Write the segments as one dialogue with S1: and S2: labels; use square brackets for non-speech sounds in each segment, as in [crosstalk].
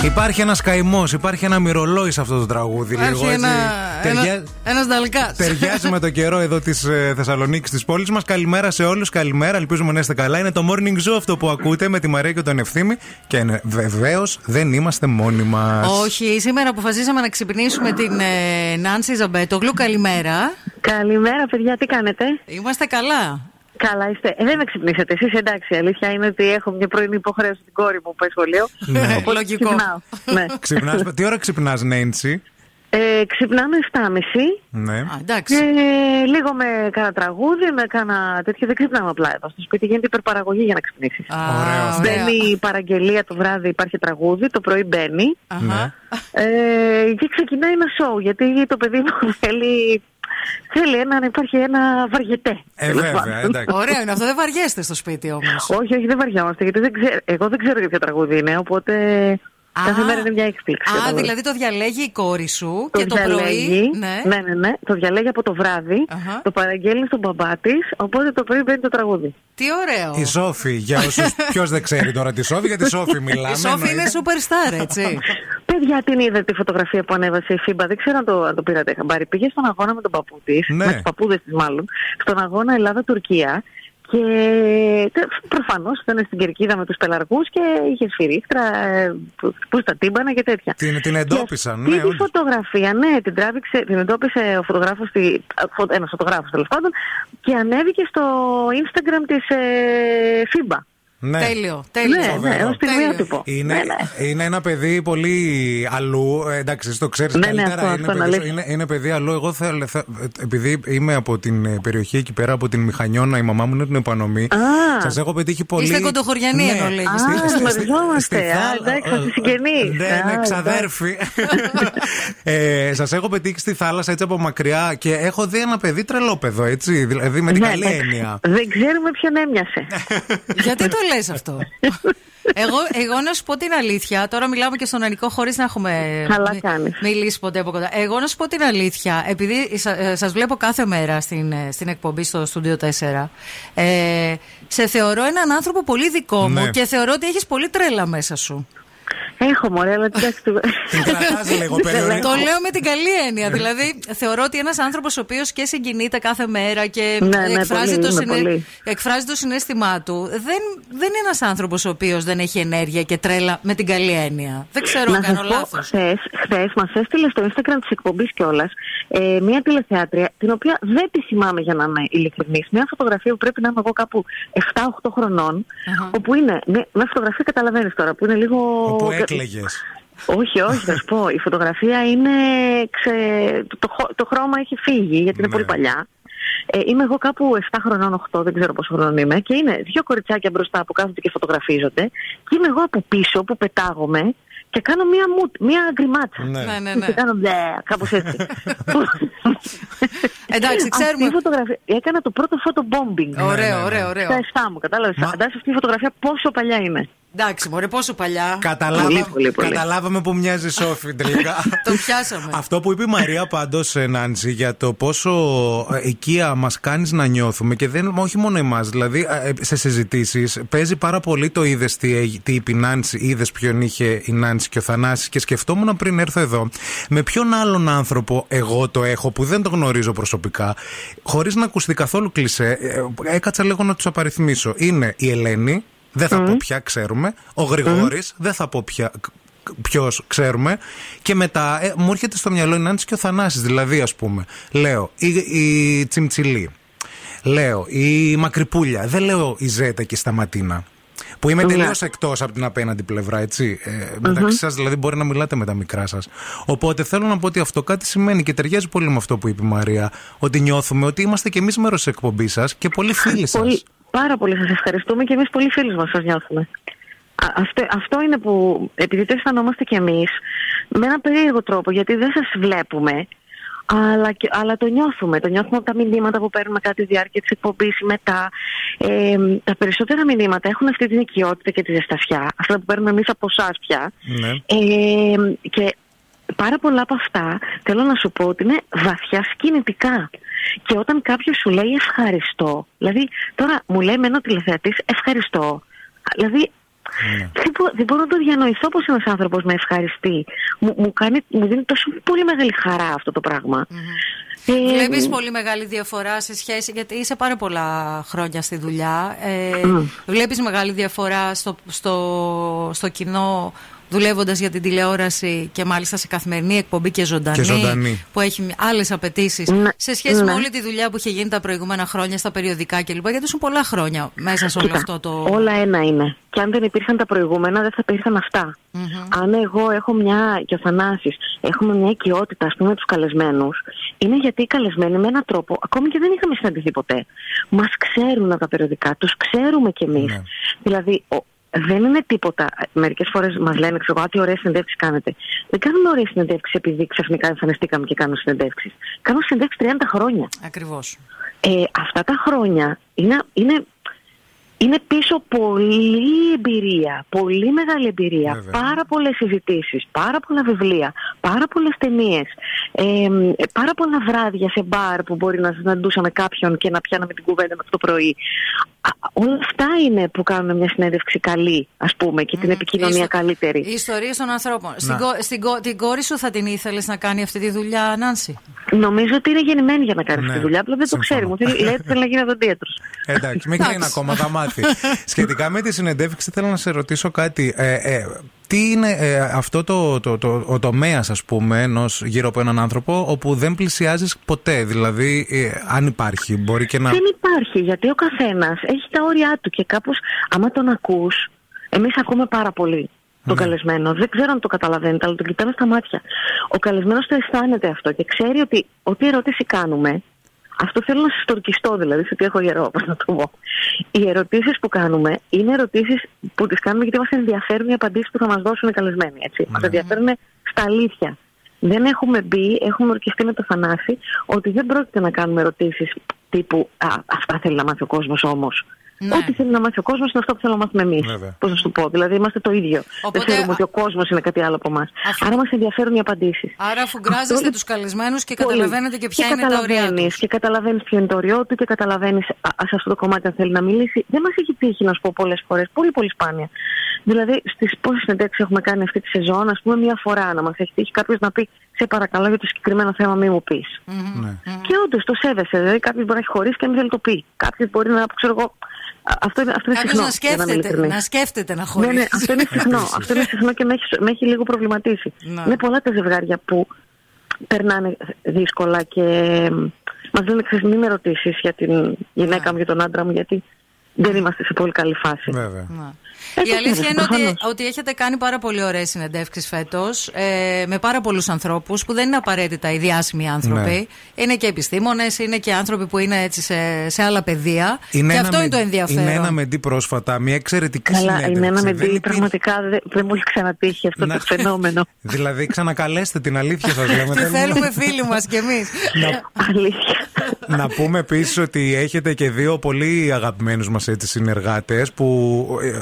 S1: Υπάρχει ένας καημός, υπάρχει ένα μυρολόι σε αυτό το τραγούδι.
S2: Υπάρχει
S1: λίγο, έτσι.
S2: ένα,
S1: Ταιριά-
S2: ένας, ένας δαλκάς. [laughs]
S1: Ταιριάζει με το καιρό εδώ της ε, Θεσσαλονίκης της πόλης μας. Καλημέρα σε όλους, καλημέρα. Ελπίζουμε να είστε καλά. Είναι το morning zoo αυτό που ακούτε με τη Μαρία και τον Ευθύμη. Και βεβαίως δεν είμαστε μόνοι μας.
S2: Όχι, σήμερα αποφασίσαμε να ξυπνήσουμε την ε, Νάνση Ζαμπέτογλου. Καλημέρα.
S3: Καλημέρα, παιδιά, τι κάνετε.
S2: Είμαστε καλά.
S3: Καλά είστε. Ε, δεν με ξυπνήσατε εσείς, εντάξει. Η αλήθεια είναι ότι έχω μια πρωινή υποχρέωση στην κόρη μου που πάει σχολείο.
S1: Ναι.
S3: Οπότε
S2: [laughs] Λογικό.
S3: ξυπνάω. ναι.
S1: Ξυπνάς,
S2: [laughs]
S1: τι ώρα ξυπνάς, Νέιντσι.
S3: Ε, ξυπνάμε 7.30
S1: Ναι.
S2: Α, εντάξει.
S3: και λίγο με κάνα τραγούδι, με κάνα τέτοιο. Δεν ξυπνάμε απλά εδώ στο σπίτι. Γίνεται υπερπαραγωγή για να ξυπνήσεις.
S2: Α,
S1: [laughs] ωραίο αυτό.
S2: ωραία.
S3: Μπαίνει η παραγγελία το βράδυ, υπάρχει τραγούδι, το πρωί μπαίνει.
S1: Ναι.
S2: Αχα.
S3: Ε, και ξεκινάει ένα σοου γιατί το παιδί μου [laughs] θέλει, θέλει ένα, να υπάρχει ένα βαριετέ.
S1: Ε,
S3: τέλος
S1: βέβαια,
S3: πάντων.
S1: εντάξει.
S2: Ωραίο είναι αυτό. Δεν βαριέστε στο σπίτι όμως.
S3: Όχι, όχι, δεν βαριόμαστε. Γιατί δεν ξέρω, εγώ δεν ξέρω για ποιο τραγούδι είναι, οπότε κάθε μέρα είναι μια έκπληξη.
S2: Α,
S3: κατάλαβες.
S2: δηλαδή το διαλέγει η κόρη σου
S3: Το
S2: και το
S3: διαλέγει,
S2: πρωί. Ναι.
S3: ναι, ναι, ναι, το διαλέγει από το βραδυ
S2: Αχα.
S3: το παραγγέλνει στον μπαμπά της, οπότε το πρωί μπαίνει το τραγούδι.
S2: Τι ωραίο.
S1: Η Σόφη, για όσους.
S2: [laughs]
S1: Ποιος δεν ξέρει τώρα τη Σόφη, για τη Σόφη μιλάμε.
S2: Η Σόφη είναι
S1: εννοείται.
S2: superstar, έτσι.
S3: Παιδιά, την είδα τη φωτογραφία που ανέβασε η Φίμπα. Δεν ξέρω αν το, αν το πήρατε χαμπάρι. Πήγε στον αγώνα με τον παππού της,
S1: Ναι.
S3: με τους παππούδες της μάλλον, στον αγώνα Ελλάδα-Τουρκία. Και προφανώς ήταν στην κερκίδα με τους πελαργούς και είχε σφυρίχτρα, ε, που- που στα τύμπανα και τέτοια.
S1: Την, την εντόπισαν,
S3: Και
S1: ναι,
S3: αυτή τη
S1: όντως.
S3: φωτογραφία, ναι, την τράβηξε, την εντόπισε ο φωτογράφος, τη- α, φω- ένας φωτογράφος τέλος πάντων και ανέβηκε στο Instagram της ε, FIBA.
S1: Ναι.
S2: Τέλειο, τέλειο.
S3: ναι, ναι,
S1: φοβερό.
S3: ένα στιγμιότυπο.
S1: Είναι,
S3: Ναι, ναι.
S1: είναι ένα παιδί πολύ αλλού. Ε, εντάξει, το ξέρεις
S3: Ναι, ναι,
S1: καλύτερα.
S3: αυτό,
S1: είναι,
S3: αυτό είναι
S1: παιδί,
S3: αλήθεια.
S1: είναι, είναι παιδί αλλού. Εγώ θα, θα- επειδή είμαι από την ε, περιοχή εκεί πέρα, από την Μηχανιώνα, η μαμά μου είναι την Επανομή.
S3: Α.
S1: Σας έχω πετύχει πολύ. Ναι.
S2: Είστε κοντοχωριανοί, εν ολίγης. Α,
S3: γνωριζόμαστε. Α, εντάξει, είμαστε συγγενείς.
S1: Ναι, ναι,
S3: Α,
S1: ξαδέρφοι. ε, Σας έχω πετύχει στη θάλασσα έτσι από μακριά και έχω δει ένα παιδί τρελόπεδο, έτσι. Δηλαδή με την
S3: Ναι,
S1: καλή
S3: ναι.
S1: έννοια. Ναι.
S3: Δεν ξέρουμε ποιον έμοιασε.
S2: Γιατί το λες αυτό. Εγώ, εγώ να σου πω την αλήθεια. Τώρα μιλάμε και στον Ανικό χωρίς να έχουμε
S3: Καλά
S2: μι-
S3: κάνεις.
S2: μιλήσει ποτέ από κοντά. Εγώ να σου πω την αλήθεια. Επειδή σα ε, σας βλέπω κάθε μέρα στην, ε, στην εκπομπή στο Studio 4, ε, σε θεωρώ έναν άνθρωπο πολύ δικό μου
S1: Ναι.
S2: και θεωρώ ότι έχεις πολύ τρέλα μέσα σου.
S3: Έχω μωρέ,
S1: [laughs]
S3: αλλά εντάξει. το-
S1: Την κρατάς
S3: [laughs]
S1: λίγο
S2: Το
S1: περιορισμένα.
S2: λέω με την καλή έννοια.
S1: Ναι.
S2: δηλαδή, θεωρώ ότι ένας άνθρωπος ο οποίος και συγκινείται κάθε μέρα και
S3: Ναι, ναι,
S2: εκφράζει,
S3: πολύ,
S2: το
S3: ναι, πολύ.
S2: εκφράζει το συνέστημά του, δεν, δεν είναι ένας άνθρωπος ο οποίος δεν έχει ενέργεια και τρέλα με την καλή έννοια. Δεν ξέρω αν
S3: Να σας
S2: κάνω
S3: πω,
S2: λάθος.
S3: χθες, χθες μας έστειλε στο Instagram της εκπομπής κιόλας ε, μια τηλεθεάτρια, την οποία δεν τη θυμάμαι για να είμαι ειλικρινής, μια φωτογραφία που πρέπει να είμαι εγώ κάπου 7-8 χρονών,
S2: Αχα.
S3: όπου είναι, μια, μια φωτογραφία καταλαβαίνεις τώρα, που είναι λίγο...
S1: Όπου έκλαιγες.
S3: Όχι, όχι, θα σου πω. Η φωτογραφία είναι. Ξε... Το, χω- το χρώμα έχει φύγει γιατί είναι
S1: Ναι.
S3: πολύ παλιά. Ε, είμαι εγώ κάπου 7 χρονών, 8, δεν ξέρω πόσο χρονών είμαι. Και είναι δύο κοριτσάκια μπροστά που κάθονται και φωτογραφίζονται. Και είμαι εγώ από πίσω που πετάγομαι και κάνω μία, μουτ, μία γκριμάτσα.
S1: Ναι.
S2: Ναι, ναι,
S3: Και
S2: ναι.
S3: κάνω μπλε, κάπως έτσι.
S1: [laughs]
S2: Εντάξει,
S3: Αυτή
S2: ξέρουμε.
S3: η φωτογραφία. Έκανα το πρώτο photobombing.
S1: ναι,
S2: Ωραίο,
S1: ναι.
S2: ωραίο, ωραίο.
S3: Στα 7 μου, κατάλαβες.
S1: Μα-
S3: Φαντάζεσαι αυτή η φωτογραφία πόσο παλιά είναι.
S2: Εντάξει, μωρέ, πόσο παλιά.
S1: Καταλάβα...
S3: Πολύ, πολύ, πολύ.
S1: Καταλάβαμε που μοιάζει η Σόφη τελικά.
S2: Το πιάσαμε.
S1: Αυτό που είπε η Μαρία πάντως, Νάντζη, για το πόσο ε, οικία μας κάνεις να νιώθουμε και δεν, όχι μόνο εμάς. Δηλαδή, ε, ε, σε συζητήσεις παίζει πάρα πολύ το είδες τι, έγι- τι είπε η Νάντζη, είδες ποιον είχε η Νάντζη και ο Θανάσης. Και σκεφτόμουν πριν έρθω εδώ, με ποιον άλλον άνθρωπο εγώ το έχω που δεν το γνωρίζω προσωπικά, χωρίς να ακουστεί καθόλου κλισέ, ε, ε, έκατσα λίγο να τους απαριθμίσω. Είναι η Ελένη, δεν θα πω πια, ξέρουμε. Ο Γρηγόρης, δεν θα πω πια, ποιος ξέρουμε. Και μετά ε, μου έρχεται στο μυαλό η Νάντση και ο Θανάσης Δηλαδή, ας πούμε, λέω η, η Τσιμτσιλή. Λέω η Μακρυπούλια. Δεν λέω η Ζέτα και η Σταματίνα. Που είμαι τελείως εκτός από την απέναντι πλευρά, έτσι. Ε, μεταξύ σας, δηλαδή, μπορεί να μιλάτε με τα μικρά σας. Οπότε θέλω να πω ότι αυτό κάτι σημαίνει και ταιριάζει πολύ με αυτό που είπε η Μαρία. Ότι νιώθουμε ότι είμαστε κι εμείς μέρος της εκπομπής σας και πολύ φίλοι σα.
S3: Πολύ, πάρα πολύ σας ευχαριστούμε και εμείς πολύ φίλους μας σας νιώθουμε. Α, αυτό, αυτό είναι που, επειδή το αισθανόμαστε κι εμείς, με ένα περίεργο τρόπο, γιατί δεν σας βλέπουμε, αλλά, και- αλλά το νιώθουμε. Το νιώθουμε από τα μηνύματα που παίρνουμε κατά τη διάρκεια της εκπομπής ή μετά. Ε, τα περισσότερα μηνύματα έχουν αυτή την οικειότητα και τη ζεστασιά, αυτά που παίρνουμε εμείς από εσάς πια.
S1: Ναι.
S3: Ε, και πάρα πολλά από αυτά θέλω να σου πω ότι είναι βαθιά σκηνητικά. Και όταν κάποιος σου λέει ευχαριστώ, δηλαδή τώρα μου λέει με ένα τηλεθεατής ευχαριστώ, δηλαδή Δεν, μπο, δεν μπορώ να το διανοηθώ πως ένας άνθρωπος με ευχαριστεί. Μου, μου, κάνει, μου δίνει τόσο πολύ μεγάλη χαρά αυτό το πραγμα
S2: Ε, Βλέπεις πολύ μεγάλη διαφορά σε σχέση, γιατί είσαι πάρα πολλά χρόνια στη δουλειά. Ε, Βλέπεις μεγάλη διαφορά στο, στο, στο κοινό δουλεύοντας για την τηλεόραση και μάλιστα σε καθημερινή εκπομπή και ζωντανή,
S1: Και ζωντανή.
S2: που έχει άλλες απαιτήσεις
S3: Ναι.
S2: σε σχέση με
S3: Ναι.
S2: όλη τη δουλειά που είχε γίνει τα προηγούμενα χρόνια στα περιοδικά κλπ. Γιατί ήσουν πολλά χρόνια μέσα σε όλο
S3: Κοίτα,
S2: αυτό το...
S3: Όλα ένα είναι. Και αν δεν υπήρχαν τα προηγούμενα, δεν θα υπήρχαν αυτά.
S2: Μμμ.
S3: Αν εγώ έχω μια, και ο Θανάσης, έχουμε μια οικειότητα, ας πούμε, τους καλεσμένους, είναι γιατί οι καλεσμένοι με έναν τρόπο, ακόμη και δεν είχαμε συναντηθεί ποτέ, μας ξέρουν από τα περιοδικά, τους ξέρουμε κι εμείς.
S1: Ναι.
S3: Δηλαδή, ο, δεν είναι τίποτα. Μερικές φορές μας λένε, ξέρω, «Α, τι ωραίες συνεντεύξεις κάνετε. Δεν κάνουμε ωραίες συνεντεύξεις επειδή ξαφνικά εμφανιστήκαμε και κάνουμε συνεντεύξεις. Κάνουμε συνεντεύξεις 30 χρόνια.
S2: Ακριβώς.
S3: Ε, αυτά τα χρόνια είναι, είναι, είναι πίσω πολλή εμπειρία, πολύ μεγάλη εμπειρία,
S1: Βέβαια.
S3: πάρα πολλές συζητήσεις, πάρα πολλά βιβλία, πάρα πολλές ταινίες, ε, ε, πάρα πολλά βράδια σε μπαρ που μπορεί να συναντούσαμε κάποιον και να πιάναμε την κουβέντα μας το πρωί. Α, όλα αυτά είναι που κάνουν μια συνέντευξη καλή, ας πούμε, και την
S2: Μμμ.
S3: επικοινωνία
S2: Ίστο-
S3: καλύτερη. Ναι.
S2: Οι ιστορίε των ανθρώπων. Στην, κο- στην κο- την κόρη σου θα την ήθελες να κάνει αυτή τη δουλειά, Νάνση.
S3: Νομίζω ότι είναι γεννημένη για να κάνει
S1: Ναι,
S3: αυτή τη δουλειά, απλά δεν το
S1: συμφωνώ.
S3: ξέρει. Μου θέλει- λέει ότι θέλει να γίνει δοντίατρος.
S1: [laughs] Εντάξει, μην κλείνει
S2: Εντάξει.
S1: ακόμα, θα
S2: [laughs]
S1: μάθει. Σχετικά με τη συνεντεύξη, θέλω να σε ρωτήσω κάτι. Ε, ε, τι είναι ε, αυτό το, το, το, ο τομέας, ας πούμε, ενός γύρω από έναν άνθρωπο, όπου δεν πλησιάζεις ποτέ. Δηλαδή, ε, αν υπάρχει, μπορεί και να.
S3: Δεν υπάρχει, γιατί ο καθένας έχει τα όρια του και κάπως, άμα τον ακούς, εμείς ακούμε πάρα πολύ τον καλεσμένο. Δεν ξέρω αν το καταλαβαίνετε, αλλά τον κοιτάμε στα μάτια. Ο καλεσμένος το αισθάνεται αυτό και ξέρει ότι ό,τι ερώτηση κάνουμε, αυτό θέλω να σα τορκιστώ δηλαδή, σε ότι έχω γερό, όπω να το πω. Οι ερωτήσεις που κάνουμε είναι ερωτήσεις που τις κάνουμε γιατί μας ενδιαφέρουν οι απαντήσεις που θα μας δώσουν οι καλεσμένοι. Έτσι. Μας ενδιαφέρουν στα αλήθεια. Δεν έχουμε μπει, έχουμε ορκιστεί με το Θανάση ότι δεν πρόκειται να κάνουμε ερωτήσεις τύπου Α, αυτά θέλει να μάθει ο κόσμος όμως.
S2: Ναι.
S3: Ό,τι θέλει να μάθει ο κόσμος είναι αυτό που θέλουμε να μάθουμε εμείς.
S1: Βέβαια.
S3: Πώς να σου το πω. Δηλαδή είμαστε το ίδιο.
S2: Οπότε,
S3: δεν θεωρούμε
S2: α-
S3: ότι ο κόσμος είναι κάτι άλλο από εμάς.
S2: Αφού-
S3: Άρα μας ενδιαφέρουν οι απαντήσεις.
S2: Άρα, φουγκράζεστε
S3: Αυτό-
S2: τους καλεσμένους και
S3: Πολύ.
S2: καταλαβαίνετε και ποια είναι τα ωριά του.
S3: καταλαβαίνεις, Και καταλαβαίνεις ποιο είναι το όριό του και καταλαβαίνεις σε αυτό το κομμάτι αν θέλει να μιλήσει. Δεν μας έχει τύχει να σου πω πολλές φορές, πολύ πολύ σπάνια. Δηλαδή, στις πόσες συνεντεύξεις έχουμε κάνει αυτή τη σεζόν, ας πούμε, μία φορά να μας έχει τύχει κάποιος να πει Σε παρακαλώ για το συγκεκριμένο θέμα, μη μου πεις.
S1: Ναι.
S2: Mm-hmm.
S3: Και όντως το σέβεσαι. Δηλαδή, κάποιος μπορεί να έχει χωρίσει και να μην θέλει να το πει. Κάποιος μπορεί να, ξέρω εγώ. α, Αυτό είναι, αυτό είναι
S2: Κάποιος
S3: συχνό.
S2: να
S3: για είμαι
S2: σκέφτεται να,
S3: ειλικρινής.
S2: σκέφτεται να
S3: Ναι,
S2: χωρίσει.
S3: ναι, αυτό είναι
S2: [laughs]
S3: συχνό. αυτό είναι συχνό και με έχει, με έχει λίγο προβληματίσει.
S2: Ναι.
S3: Είναι πολλά τα ζευγάρια που περνάνε δύσκολα και μας λένε ξέρεις, μην με ρωτήσεις για την γυναίκα μου, για τον άντρα μου, γιατί δεν είμαστε σε πολύ καλή φάση.
S1: Ναι, Βέβαια.
S2: Να.
S3: Ε,
S2: Η
S3: το
S2: αλήθεια
S3: ξέρω,
S2: είναι ότι,
S3: προφανώς.
S2: ότι έχετε κάνει πάρα πολύ ωραίες συνεντεύξεις φέτος ε, με πάρα πολλούς ανθρώπους που δεν είναι απαραίτητα οι διάσημοι άνθρωποι.
S1: Ναι.
S2: Είναι και επιστήμονες, είναι και άνθρωποι που είναι έτσι σε, σε άλλα πεδία. και
S1: ένα
S2: αυτό είναι το
S1: με-
S2: ενδιαφέρον.
S1: Είναι ένα μεντή πρόσφατα, μια εξαιρετική
S3: Καλά,
S1: συνέντευξη.
S3: είναι ένα με
S1: ναι, Δεν υπήρχε-
S3: Πραγματικά δεν, δεν μου έχει ξανατύχει αυτό
S1: Να-
S3: το
S1: [laughs]
S3: φαινόμενο.
S1: δηλαδή, ξανακαλέστε την αλήθεια σας λέμε.
S2: Τι
S1: Θέλουμε-
S2: θέλουμε φίλοι μας κι εμείς.
S1: να
S3: Αλήθεια.
S1: Να πούμε επίσης ότι έχετε και δύο πολύ αγαπημένους μας έτσι συνεργάτες που ε, ε,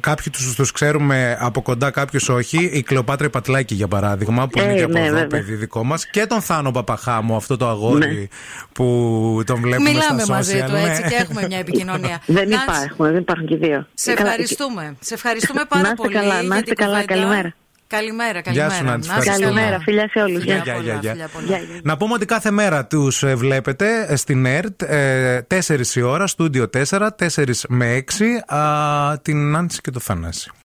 S1: κάποιοι τους, τους ξέρουμε από κοντά, κάποιους όχι. Η Κλεοπάτρα Πατλάκη για παράδειγμα που είναι
S3: Ε,
S1: και από
S3: ναι,
S1: εδώ
S3: βέβαια. Ναι.
S1: παιδί δικό μας και τον Θάνο Παπαχάμου αυτό το αγόρι που τον βλέπουμε
S2: Μιλάμε
S1: στα social.
S2: μαζί του
S1: ναι.
S2: έτσι και
S1: [laughs]
S2: έχουμε μια επικοινωνία.
S3: δεν
S2: Νάνση,
S3: υπάρχουν, δεν υπάρχουν και οι δύο.
S2: Ναι. Σε
S3: Ε, Καλά,
S2: ευχαριστούμε. Σε ευχαριστούμε πάρα
S3: Να είστε
S2: πολύ.
S3: καλά, να
S2: για την
S3: είστε καλά,
S2: κουβέντα.
S3: καλημέρα.
S2: Καλημέρα,
S1: Γεια
S2: καλημέρα.
S1: σου, Νάνση,
S2: Να είστε
S1: ευχαριστούμε.
S2: καλά.
S3: Καλημέρα, φιλιά σε όλους.
S2: Φιλιά
S1: Γεια, γεια,
S2: πολλά,
S1: γεια.
S2: φιλιά πολλά.
S3: Γεια, γεια.
S1: Να πούμε ότι κάθε μέρα τους ε, βλέπετε ε, στην ΕΡΤ ε, 4 η ώρα, στούντιο 4, 4 με 6, α, την Άνση και το Θανάση.